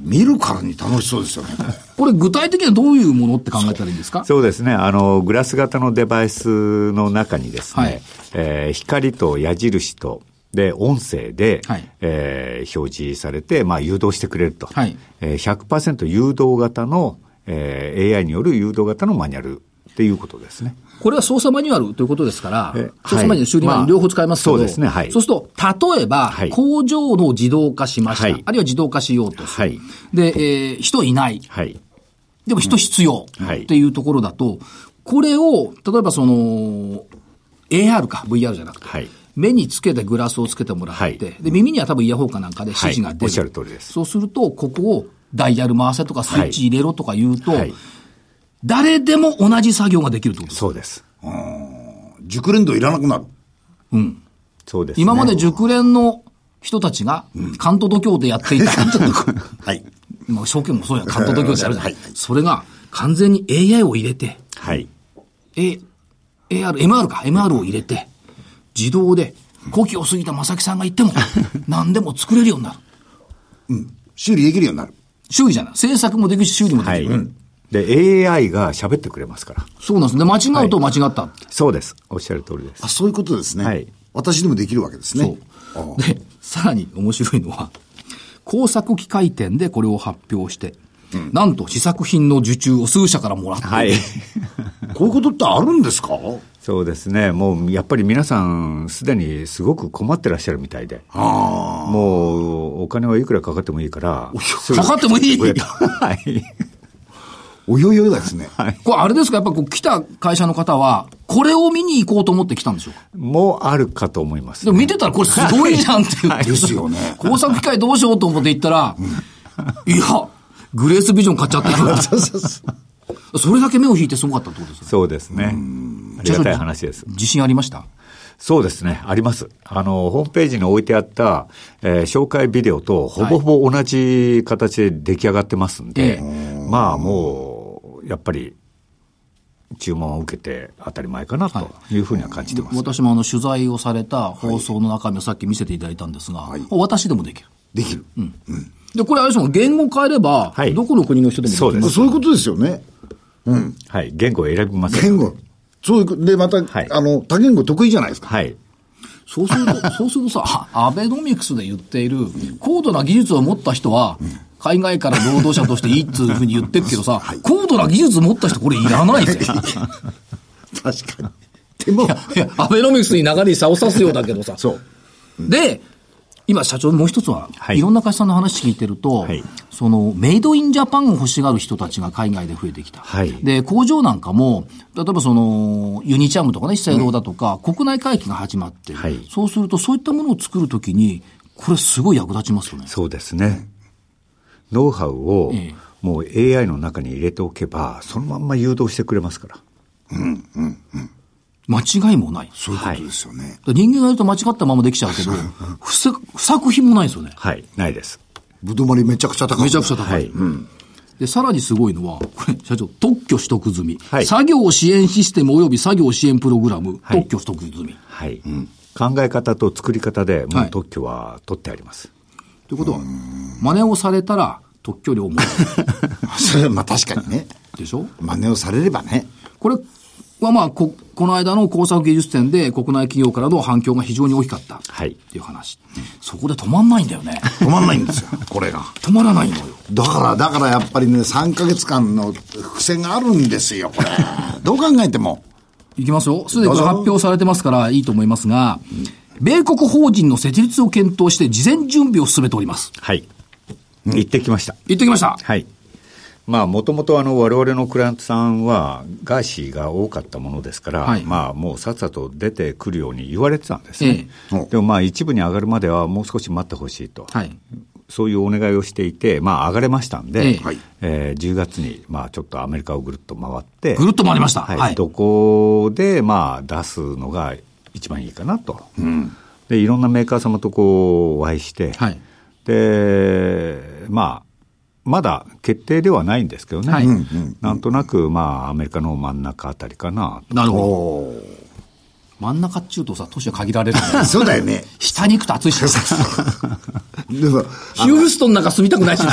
Speaker 3: 見るからに楽しそうですよね。
Speaker 1: これ具体的にはどういうものって考えたらいいんですか
Speaker 4: そうですね。あの、グラス型のデバイスの中にですね、
Speaker 1: はい
Speaker 4: えー光と矢印と、で、音声で、
Speaker 1: はい
Speaker 4: えー表示されて、まあ、誘導してくれると。
Speaker 1: はい
Speaker 4: えー100%誘導型の、えー AI による誘導型のマニュアルっていうことですね。
Speaker 1: これは操作マニュアルということですから
Speaker 4: え、
Speaker 1: 操作マニュアル、修理マニュア
Speaker 4: はい
Speaker 1: ル両方使いますけど、
Speaker 4: まあそうですねはい
Speaker 1: そうすると、例えば
Speaker 4: は、い
Speaker 1: 工場の自動化しました、
Speaker 4: はい
Speaker 1: あるいは自動化しようとする。
Speaker 4: はい
Speaker 1: で、えー人いない。
Speaker 4: はい。
Speaker 1: でも人必要
Speaker 4: うんはい
Speaker 1: っていうところだと、これを、例えばその、AR か、VR じゃなくて、
Speaker 4: はい
Speaker 1: 目につけてグラスをつけてもらって、
Speaker 4: はい
Speaker 1: で、耳には多分イヤホンかなんかで指示が出る。
Speaker 4: はいおっしゃる通りです
Speaker 1: そうすると、ここをダイヤル回せとかスイッチ入れろとか言うと、
Speaker 4: はい。
Speaker 1: 誰でも同じ作業ができるってことです。
Speaker 4: そうです。
Speaker 3: 熟練度いらなくなる。
Speaker 4: そうです、ね。
Speaker 1: 今まで熟練の人たちが、関東度胸でやってい た、
Speaker 3: はい。
Speaker 1: まあ、証券もそうや、関東度胸でやるじゃな
Speaker 3: はい
Speaker 1: い。それが、完全に AI を入れて、
Speaker 4: はい。
Speaker 1: A、AR、MR か、MR を入れて、自動で、古希を過ぎた正木さんが言って も、何でも作れるようになる。
Speaker 3: 修理できるようになる。
Speaker 1: 修理じゃない。制作もできるし、修理もでき
Speaker 4: は
Speaker 1: る。
Speaker 4: い。で、AI が喋ってくれますから。
Speaker 1: そうなんですね。間違うと間違った。
Speaker 4: そうです。おっしゃる通りです
Speaker 3: あ、。そういうことですね。
Speaker 4: はい
Speaker 3: 私でもできるわけですね。
Speaker 1: そう。で、さらに面白いのは、工作機械店でこれを発表して、なんと試作品の受注を数社からもらって、
Speaker 4: はい。
Speaker 3: こういうことってあるんですか
Speaker 4: そうですね、もうやっぱり皆さん、すでにすごく困ってらっしゃるみたいで、もうお金はいくらかかってもいいから、すぐ
Speaker 1: かかってもいい
Speaker 4: 売れたはい、
Speaker 3: およよですね。
Speaker 1: これあれですかやっぱこう来た会社の方は、これを見に行こうと思って来たんでしょうか
Speaker 4: もうあるかと思います、
Speaker 1: でも見てたらこれすごいじゃんっていう。
Speaker 3: ですよね
Speaker 1: 工作機械どうしようと思って行ったら、いや、グレースビジョン買っちゃったよ。それだけ目を引いてすごかったってことですね。
Speaker 4: そうですね、ありがたい話です。
Speaker 1: 自信ありました
Speaker 4: そうですね、あります。あの、ホームページに置いてあった、えー紹介ビデオとほぼほぼ同じ形で出来上がってますんで、
Speaker 1: え
Speaker 4: まあもう、やっぱり、注文を受けて当たり前かなというふうには感じてます。
Speaker 1: 私もあの取材をされた放送の中身をさっき見せていただいたんですが、私でもできる。
Speaker 3: できる。
Speaker 1: で、これあれですもん、言語変えれば、
Speaker 4: はい
Speaker 1: どこの国の人でもできる
Speaker 4: そうです
Speaker 3: そういうことですよね。
Speaker 4: はい、言語を選びませ
Speaker 3: 言
Speaker 4: ん。
Speaker 3: 語。そういう、で、また、
Speaker 4: はい
Speaker 3: あの、多言語得意じゃないですか。
Speaker 4: はい。
Speaker 1: そうすると、そうするとさ、アベノミクスで言っている、高度な技術を持った人は、海外から労働者としていいっていうふうに言ってるけどさ、高度な技術持った人これいらないぜ。
Speaker 3: 確かに。でも、
Speaker 1: いや、アベノミクスに流れに差を差すようだけどさ。
Speaker 3: そう。
Speaker 1: で、今社長もう一つは、、
Speaker 4: はいい
Speaker 1: ろんな会社さんの話聞いてると、
Speaker 4: はい
Speaker 1: そのメイドインジャパンを欲しがる人たちが海外で増えてきた。
Speaker 4: はい
Speaker 1: で、工場なんかも、例えばその、ユニチャームとかね、資生堂だとか、国内回帰が始まってる、
Speaker 4: はい
Speaker 1: そうするとそういったものを作るときに、これすごい役立ちますよね。
Speaker 4: そうですね。ノウハウを
Speaker 1: ええ、
Speaker 4: もう AI の中に入れておけば、そのまんま誘導してくれますから。
Speaker 1: 間違いもない。
Speaker 3: そういうことですよね。
Speaker 1: 人間がやると間違ったままできちゃうけど、不作不作品もないですよね。
Speaker 4: はい、ないです。
Speaker 3: ぶどまりめちゃくちゃ高い。
Speaker 1: めちゃくちゃ高い。
Speaker 4: はい。
Speaker 1: で、さらにすごいのは、これ、社長、特許取得済み。
Speaker 4: はい
Speaker 1: 作業支援システム及び作業支援プログラム、
Speaker 4: はい
Speaker 1: 特許取得済み。
Speaker 4: はい。考え方と作り方でも
Speaker 1: はいう
Speaker 4: 特許は取ってあります。
Speaker 1: ということは、真似をされたら特許料もら
Speaker 3: そ れはまあ確かにね。
Speaker 1: うでしょ
Speaker 3: 真似をされればね。
Speaker 1: これはまあ、こ、この間の工作技術展で国内企業からの反響が非常に大きかった。
Speaker 4: はい
Speaker 1: っていう話。そこで止まんないんだよね。
Speaker 3: 止まんないんですよ、これが。
Speaker 1: 止まらないのよ。
Speaker 3: だから、だからやっぱりね、3ヶ月間の伏線があるんですよ、これ。どう考えても。
Speaker 1: いきますよ。すでにこれ
Speaker 3: どうぞ
Speaker 1: 発表されてますからいいと思いますが、米国法人の設立を検討して事前準備を進めております。
Speaker 4: はい。行ってきました。
Speaker 1: 行ってきました。
Speaker 4: はい。まあ、もともとあの、我々のクライアントさんは、外資が多かったものですから、
Speaker 1: はい
Speaker 4: まあ、もうさっさと出てくるように言われてたんですね。
Speaker 3: ええ
Speaker 4: でもまあ、一部に上がるまではもう少し待ってほしいと。
Speaker 1: はい。
Speaker 4: そういうお願いをしていて、まあ、上がれましたんで、
Speaker 1: ええ
Speaker 4: え
Speaker 1: はい
Speaker 4: ー10月に、まあ、ちょっとアメリカをぐるっと回って、
Speaker 1: ぐるっと回りました。
Speaker 4: はい
Speaker 1: はい。
Speaker 4: どこで、まあ、出すのが一番いいかなと、でいろんなメーカー様とこうお会いして、
Speaker 1: はい
Speaker 4: でまあ、まだ決定ではないんですけどね、
Speaker 1: はいうんうん
Speaker 4: なんとなく、まあ、アメリカの真ん中あたりかなと。
Speaker 1: なるほど。
Speaker 3: おー
Speaker 1: 真ん中っちゅうとさ、年は限られるから
Speaker 3: そうだよね。
Speaker 1: 下に行くと暑いしさ。
Speaker 3: でも、
Speaker 1: ヒューストンなんか住みたくないしな。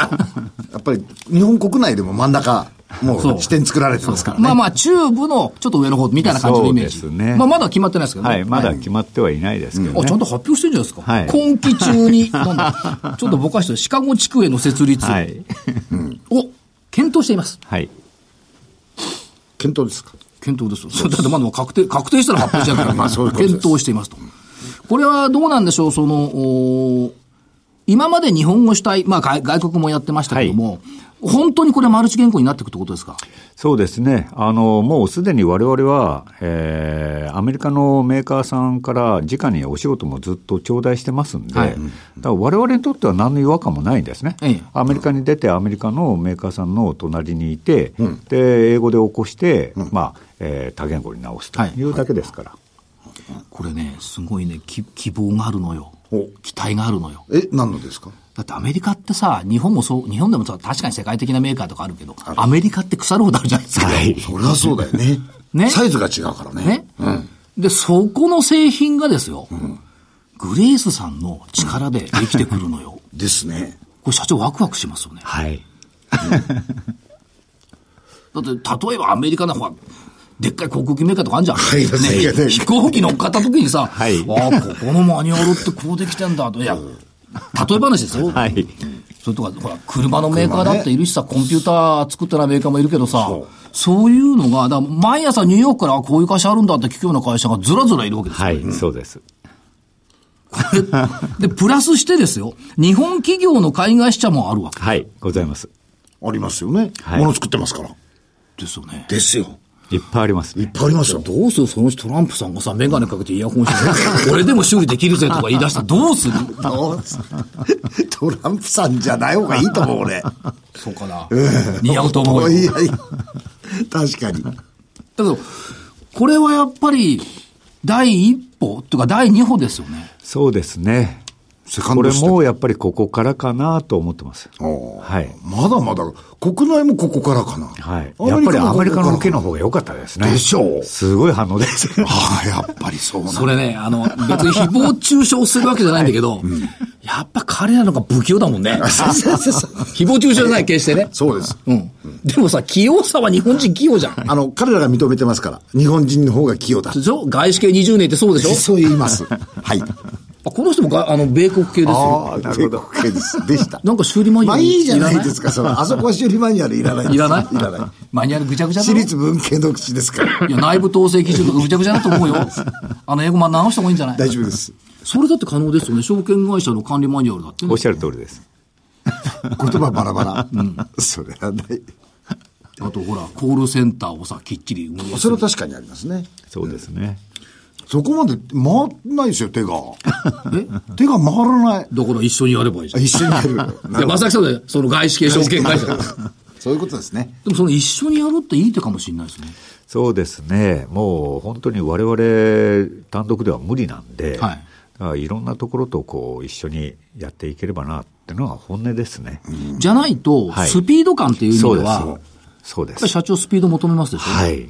Speaker 3: やっぱり日本国内でも真ん中、も
Speaker 1: そうう
Speaker 3: 支店作られてますからね。
Speaker 1: まあまあ、中部のちょっと上の方みたいな感じのイメージ。
Speaker 4: そうですね
Speaker 1: まあ、まだ決まってないですけどね。
Speaker 4: はい、まだ決まってはいないですけどね。
Speaker 1: あ、ちゃんと発表してるじゃないですか。
Speaker 4: はい
Speaker 1: 今期中に、なん だ、ちょっとぼかしてるシカゴ地区への設立
Speaker 4: はい。
Speaker 1: を検討しています。
Speaker 4: はい。
Speaker 3: 検討ですか。
Speaker 1: 検討ですよ。そうだってまだ確定、確定したら発表じゃ ないから、
Speaker 3: まあそういうことです
Speaker 1: 検討していますと。これはどうなんでしょう、その、おー今まで日本語主体、まあ外外国もやってましたけども、本当にこれマルチ言語になっていくってことですか
Speaker 4: そうですね。あの、もうすでに我々は、えーアメリカのメーカーさんから直にお仕事もずっと頂戴してますんで、
Speaker 1: はい
Speaker 4: だから我々にとっては何の違和感もないんですね。
Speaker 1: ええ
Speaker 4: アメリカに出てアメリカのメーカーさんの隣にいて、で、英語で起こして、まあ、えー多言語に直すと
Speaker 1: はい
Speaker 4: いうだけですから。
Speaker 1: これね、すごいね、き希望があるのよ
Speaker 3: お。
Speaker 1: 期待があるのよ。
Speaker 3: え、何のですか
Speaker 1: だってアメリカってさ、日本もそう、日本でもさ、確かに世界的なメーカーとかあるけど、アメリカって腐るほどあるじゃないですか。
Speaker 3: そりゃそうだよね。
Speaker 1: ね
Speaker 3: サイズが違うからね。
Speaker 1: ね、で、そこの製品がですよ、グレースさんの力で生きてくるのよ。 こ
Speaker 3: ですね。
Speaker 1: れ社長ワクワクしますよね。
Speaker 4: はい。
Speaker 1: だって、例えばアメリカのほら、でっかい航空機メーカーとかあるじゃん。
Speaker 3: いはいはいは
Speaker 1: ね、
Speaker 3: い
Speaker 1: 飛行機乗っかった時にさ、
Speaker 4: はい
Speaker 1: ああ、ここのマニュアルってこうできてんだと。いや、例え話ですよ。
Speaker 4: はい。
Speaker 1: それとか、ほら、車のメーカーだっているしさ、コンピューター作ってないメーカーもいるけどさ、そういうのが、だから毎朝ニューヨークからあこういう会社あるんだって聞くような会社がずらずらいるわけですよ。
Speaker 4: はい、そうです。
Speaker 1: で、プラスしてですよ、日本企業の海外支社もあるわけ
Speaker 4: はい、ございます。
Speaker 3: ありますよね。
Speaker 4: はい
Speaker 3: もの作ってますから。
Speaker 1: ですよね。
Speaker 3: ですよ。
Speaker 4: いっぱいあります
Speaker 3: い
Speaker 4: ね、
Speaker 3: っぱいありますよ。
Speaker 1: どうするそのうちトランプさんがさ、メガネかけてイヤホンしてね、俺でも修理できるぜとか言い出したらどうする
Speaker 3: ど うすトランプさんじゃない方がいいと思う、俺。
Speaker 1: そうかな。似合うと思うよ。
Speaker 3: いやいや、確かに。
Speaker 1: だけど、これはやっぱり、第一歩というか第二歩ですよね。
Speaker 4: そうですね。
Speaker 3: セカン
Speaker 4: こ
Speaker 3: ド
Speaker 4: れ
Speaker 3: して
Speaker 4: もやっぱりここからかなと思ってます。
Speaker 3: おー
Speaker 4: はい。
Speaker 3: まだまだ、国内もここからかな。
Speaker 4: はい。やっぱりアメリカの受けの方が良かったですね。
Speaker 3: でしょう
Speaker 4: すごい反応です。
Speaker 3: ああ、やっぱりそうなんだ
Speaker 1: それね、あの、別に誹謗中傷するわけじゃないんだけど、やっぱ彼らの方が不器用だもんね。誹謗中傷じゃない、決してね。
Speaker 3: そうです。
Speaker 1: うん。でもさ、器用さは日本人器用じゃん。
Speaker 3: あの、彼らが認めてますから、日本人の方が器用だ。
Speaker 1: でしょ外資系20年ってそうでしょ
Speaker 3: そう言います。はい。
Speaker 1: あこの人もがあの米国系ですよ。
Speaker 3: ああ、なるほど。OK です。でした。
Speaker 1: なんか修理マニュ
Speaker 3: ま
Speaker 1: ア
Speaker 3: あ
Speaker 1: ル
Speaker 3: いいじゃないですか、その、あそこは修理マニュアルいらないで す。
Speaker 1: いらない
Speaker 3: いらない。
Speaker 1: マニュアルぐちゃぐちゃだろ
Speaker 3: 私立文系独自ですから。
Speaker 1: いや、内部統制基準とかぐちゃぐちゃだと 思うよ。あの、英語ま直した方がいいんじゃない
Speaker 3: 大丈夫です。
Speaker 1: それだって可能ですよね。証券会社の管理マニュアルだってね、
Speaker 4: おっしゃる通りです。
Speaker 3: 言葉バラ バラ。うん。それはない。
Speaker 1: あとほら、コールセンターをさ、きっちり運営す
Speaker 3: それ
Speaker 1: る
Speaker 3: は。確かにありますね。
Speaker 4: そうですね。
Speaker 3: そこまで回んないですよ、手が。手が回らない。
Speaker 1: だから一緒にやればいいじゃん。い
Speaker 3: 一緒にや る。な
Speaker 1: や、
Speaker 3: るほ
Speaker 1: ま
Speaker 3: ど
Speaker 1: さきさんだよその外資系証券会社。で
Speaker 3: そういうことですね。
Speaker 1: もその一緒にやるっていい手かもしれないですね。
Speaker 4: そうですね。もう本当に我々単独では無理なんで、
Speaker 1: はい
Speaker 4: い、だからいろんなところとこう一緒にやっていければなっていうのが本音ですね。
Speaker 1: じゃないと、
Speaker 4: はい
Speaker 1: スピード感っていう意味で
Speaker 4: そうで
Speaker 1: は、
Speaker 4: す
Speaker 1: やっ。
Speaker 4: そうで
Speaker 1: ぱり
Speaker 4: す。
Speaker 1: 社長スピード求めますでしょ、
Speaker 4: はい。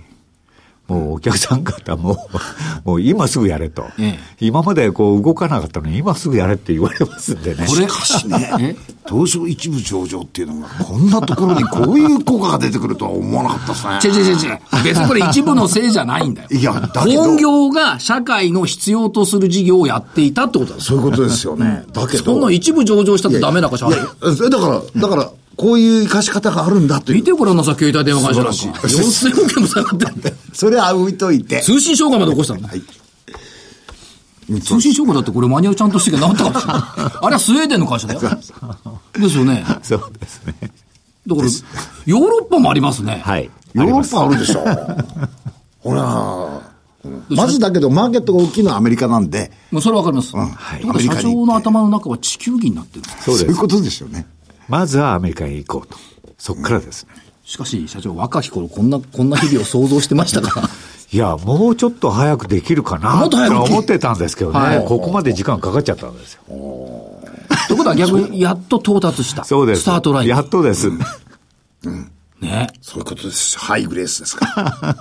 Speaker 4: もうお客さん方も、 もう今すぐやれと。
Speaker 1: ええ
Speaker 4: 今までこう動かなかったのに今すぐやれって言われますんでね。
Speaker 1: これ、え
Speaker 3: 東証一部上場っていうのが、こんなところにこういう効果が出てくるとは思わなかったですね。
Speaker 1: 違う違う違う違う。別にこれ一部のせいじゃないんだよ。
Speaker 3: いやだけど
Speaker 1: 本業が社会の必要とする事業をやっていたってことだ
Speaker 3: そういうことですよね。だけど。
Speaker 1: そんな一部上場したってダメな会社ある
Speaker 3: えだから、だから、こういう生かし方があるんだとい
Speaker 1: 見
Speaker 3: う。
Speaker 1: てごらんなさい、携帯電話会社なん
Speaker 3: 素晴
Speaker 1: か。
Speaker 3: らし
Speaker 1: 4000億円も下がってんだよ。
Speaker 3: それは置いといて。
Speaker 1: 通信障害まで起こしたんだ。通信障害だってこれマニュアルちゃんとしてき ゃなったかもしれない。あれはスウェーデンの会社だよ。ですよね。
Speaker 4: そうですね。
Speaker 1: だから、ヨーロッパもありますね。
Speaker 4: はい。
Speaker 3: ヨーロッパあるでしょ。 ほら、まずだけど、マーケットが大きいのはアメリカなんで、
Speaker 1: もうそれわかります。はい。ということは社長の頭の中は地球儀になってるんです。
Speaker 4: そう
Speaker 3: そう
Speaker 4: で
Speaker 3: いう
Speaker 4: す。
Speaker 3: ことですよね。
Speaker 4: まずはアメリカへ行こうと。そっからですね。
Speaker 1: しかし、社長、若き頃、こんな、こんな日々を想像してましたから。
Speaker 4: いや、もうちょっと早くできるか
Speaker 1: もっ
Speaker 4: なっ
Speaker 1: と
Speaker 4: て
Speaker 1: 早く
Speaker 4: 思ってたんですけどね、
Speaker 1: はい
Speaker 4: ここまで時間かかっちゃったんですよ。
Speaker 1: ということは逆に、やっと到達した。
Speaker 4: そうです。
Speaker 1: スタートライン。
Speaker 4: やっとです。
Speaker 1: ね。
Speaker 3: そういうことですよ。ハイグレースですから。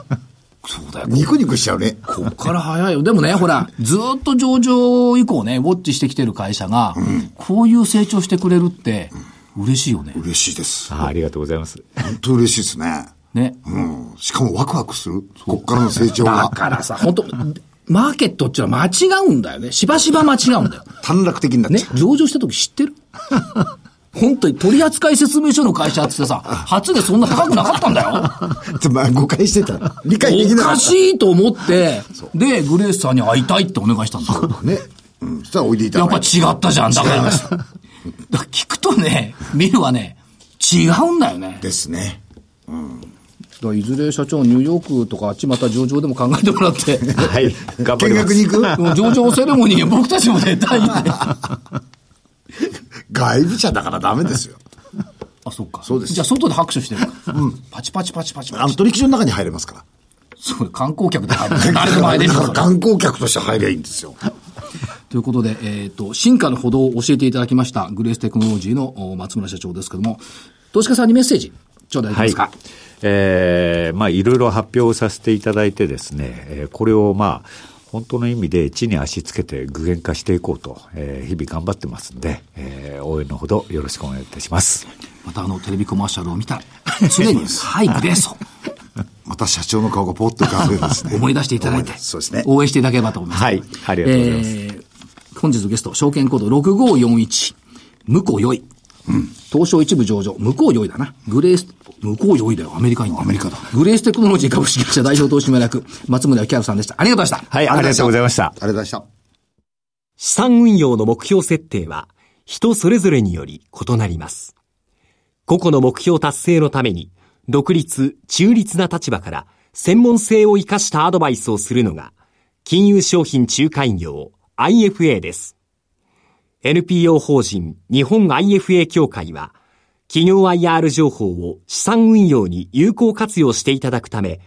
Speaker 1: そうだよ。
Speaker 3: ニコニコしちゃうね。
Speaker 1: こっから早いよ。でもね、ほら、ずーっと上場以降ね、ウォッチしてきてる会社が、こういう成長してくれるって、嬉しいよね。
Speaker 3: 嬉しいです。
Speaker 4: あありがとうございます。
Speaker 3: 本当嬉しいですね。
Speaker 1: ね。
Speaker 3: うん。しかもワクワクする。こっからの成長
Speaker 1: だ
Speaker 3: が。
Speaker 1: からさ、本当マーケットっていうのは間違うんだよね。しばしば間違うんだよ。
Speaker 3: 短絡的になっ
Speaker 1: ね
Speaker 3: ちゃ、
Speaker 1: 上場した時知って る本当に取扱説明書の会社ってさ、初でそんな高くなかったんだよ。
Speaker 3: う。つまり誤解してた。理解でき
Speaker 1: お
Speaker 3: なか
Speaker 1: か
Speaker 3: っ
Speaker 1: しいと思って、で、グレースさんに会いたいってお願いしたんだよ。
Speaker 3: た。ね。うん。そしたらおいでいた
Speaker 1: や
Speaker 3: だ
Speaker 1: っぱ
Speaker 3: い
Speaker 1: 違
Speaker 3: て
Speaker 1: ったじゃん、だから。だから聞くとね、見るはね、違うんだよね。
Speaker 3: ですね。
Speaker 1: いずれ社長、ニューヨークとかあっちまた上場でも考えてもらって、
Speaker 4: はい。頑張り
Speaker 3: 見
Speaker 4: ま
Speaker 3: 学
Speaker 4: す。
Speaker 3: に行く
Speaker 1: 上場セレモニー僕たちも出たいんで。あ、
Speaker 3: 外部者だからダメですよ。
Speaker 1: そっか。
Speaker 3: そうです
Speaker 1: じゃあ外で拍手してる。うん。パチパチパチパチ
Speaker 3: あ
Speaker 1: パ
Speaker 3: の
Speaker 1: チ。
Speaker 3: 取引所の中に入れますから。
Speaker 1: そう、観光客で入る。誰でも入れる
Speaker 3: だ
Speaker 1: か
Speaker 3: からら。 観光客として入りゃいいんですよ。
Speaker 1: ということで、えっ、と、進化のほどを教えていただきました、グレーステクノロジーのお松村社長ですけども、投資家さんにメッセージ、頂戴できますか。
Speaker 4: はい。えーまあ、いろいろ発表させていただいてですね、えーこれをまあ、本当の意味で地に足つけて具現化していこうと、えー日々頑張ってますんで、えー応援のほどよろしくお願いいたします。
Speaker 1: またあの、テレビコマーシャルを見たら、常 に、はい、グレースを
Speaker 3: また社長の顔がぽっと浮かぶようですね。
Speaker 1: 思い出していただいて、
Speaker 3: そうですね。
Speaker 1: 応援していただければと思います。
Speaker 4: はいありがとうございます
Speaker 1: えー本日のゲスト、証券コード6541、向こうよい。東証一部上場、向こうよいだな。グレース、向こうよいだよ、アメリカインアメリカだ。グレーステクノロジー株式会社代表投資名役、松村明春さんでした。ありがとうございました。
Speaker 4: はい、ありがとうございました。
Speaker 3: ありがとうございました。
Speaker 5: 資産運用の目標設定は人それぞれにより異なります。個々の目標達成のために独立、中立な立場から専門性を生かしたアドバイスをするのが金融商品仲介業 IFA です。NPO 法人日本 IFA 協会は企業 IR 情報を資産運用に有効活用していただくため、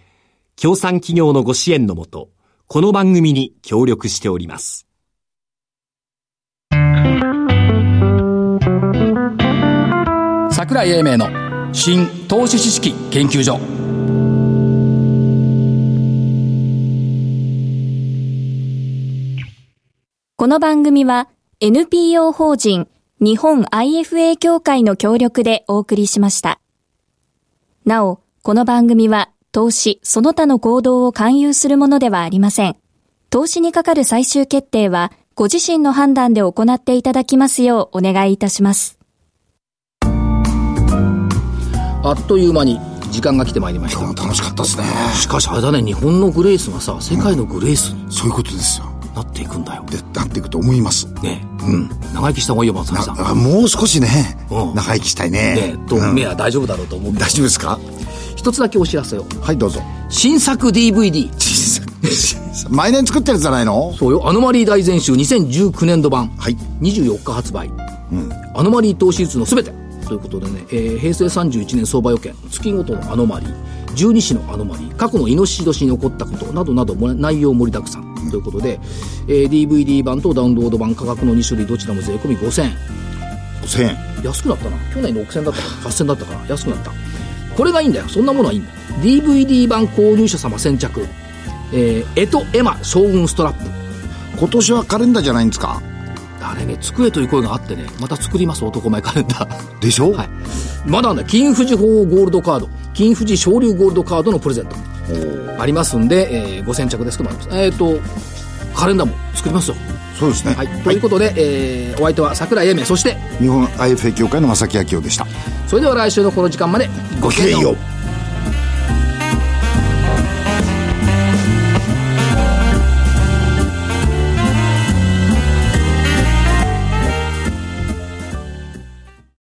Speaker 5: 協賛企業のご支援のもと、この番組に協力しております。
Speaker 1: 桜井英明の新投資知識研究所
Speaker 2: この番組は NPO 法人日本 IFA 協会の協力でお送りしました。なお、この番組は投資その他の行動を勧誘するものではありません。投資にかかる最終決定はご自身の判断で行っていただきますようお願いいたします。
Speaker 1: あっという間に時間が来てまいりました
Speaker 3: 今日も楽しかったですね。
Speaker 1: しかしあれだね日本のグレースがさ世界のグレースに
Speaker 3: そういうことですよ。
Speaker 1: なっていくんだよ、
Speaker 3: で、なっていくと思います。
Speaker 1: ねうん長生きした方がいいよ松崎さん
Speaker 3: なあもう少しね、
Speaker 1: うん
Speaker 3: 長生きしたいね。
Speaker 1: ねと
Speaker 3: うん
Speaker 1: 目は大丈夫だろうと思うけど
Speaker 3: 大丈夫ですか
Speaker 1: 一つだけお知らせを
Speaker 3: はい、どうぞ。
Speaker 1: 新作 DVD
Speaker 3: 毎年作ってるやつじゃないの
Speaker 1: そうよアノマリー大全集2019年度版、
Speaker 3: はい
Speaker 1: 24日発売、アノマリー投資術のすべてということでね、えー平成31年相場予見月ごとのアノマリー十二支のアノマリー過去のイノシシ年に起こったことなどなども内容盛りだくさんということで、えー DVD 版とダウンロード版価格の2種類どちらも税込み5000円
Speaker 3: ?5000 円。
Speaker 1: 安くなったな去年の6000だったから8000だったから安くなったこれがいいんだよそんなものはいいんだよ DVD 版購入者様先着えー、エトエマ将軍ストラップ
Speaker 3: 今年はカレンダーじゃないんですか
Speaker 1: あれね、机という声があってね、また作ります、男前カレンダー。
Speaker 3: でしょ
Speaker 1: はい。まだね、金富士法ゴールドカード、金富士昇竜ゴールドカードのプレゼント。ありますんで、えー、ご先着ですけどもあります。えっ、と、カレンダーも作りますよ。
Speaker 3: そうですね。
Speaker 1: はい。ということで、えーお相手は桜井英明、そして、
Speaker 3: 日本 IFA 協会の正木明夫でした。
Speaker 1: それでは来週のこの時間までごきげんよう。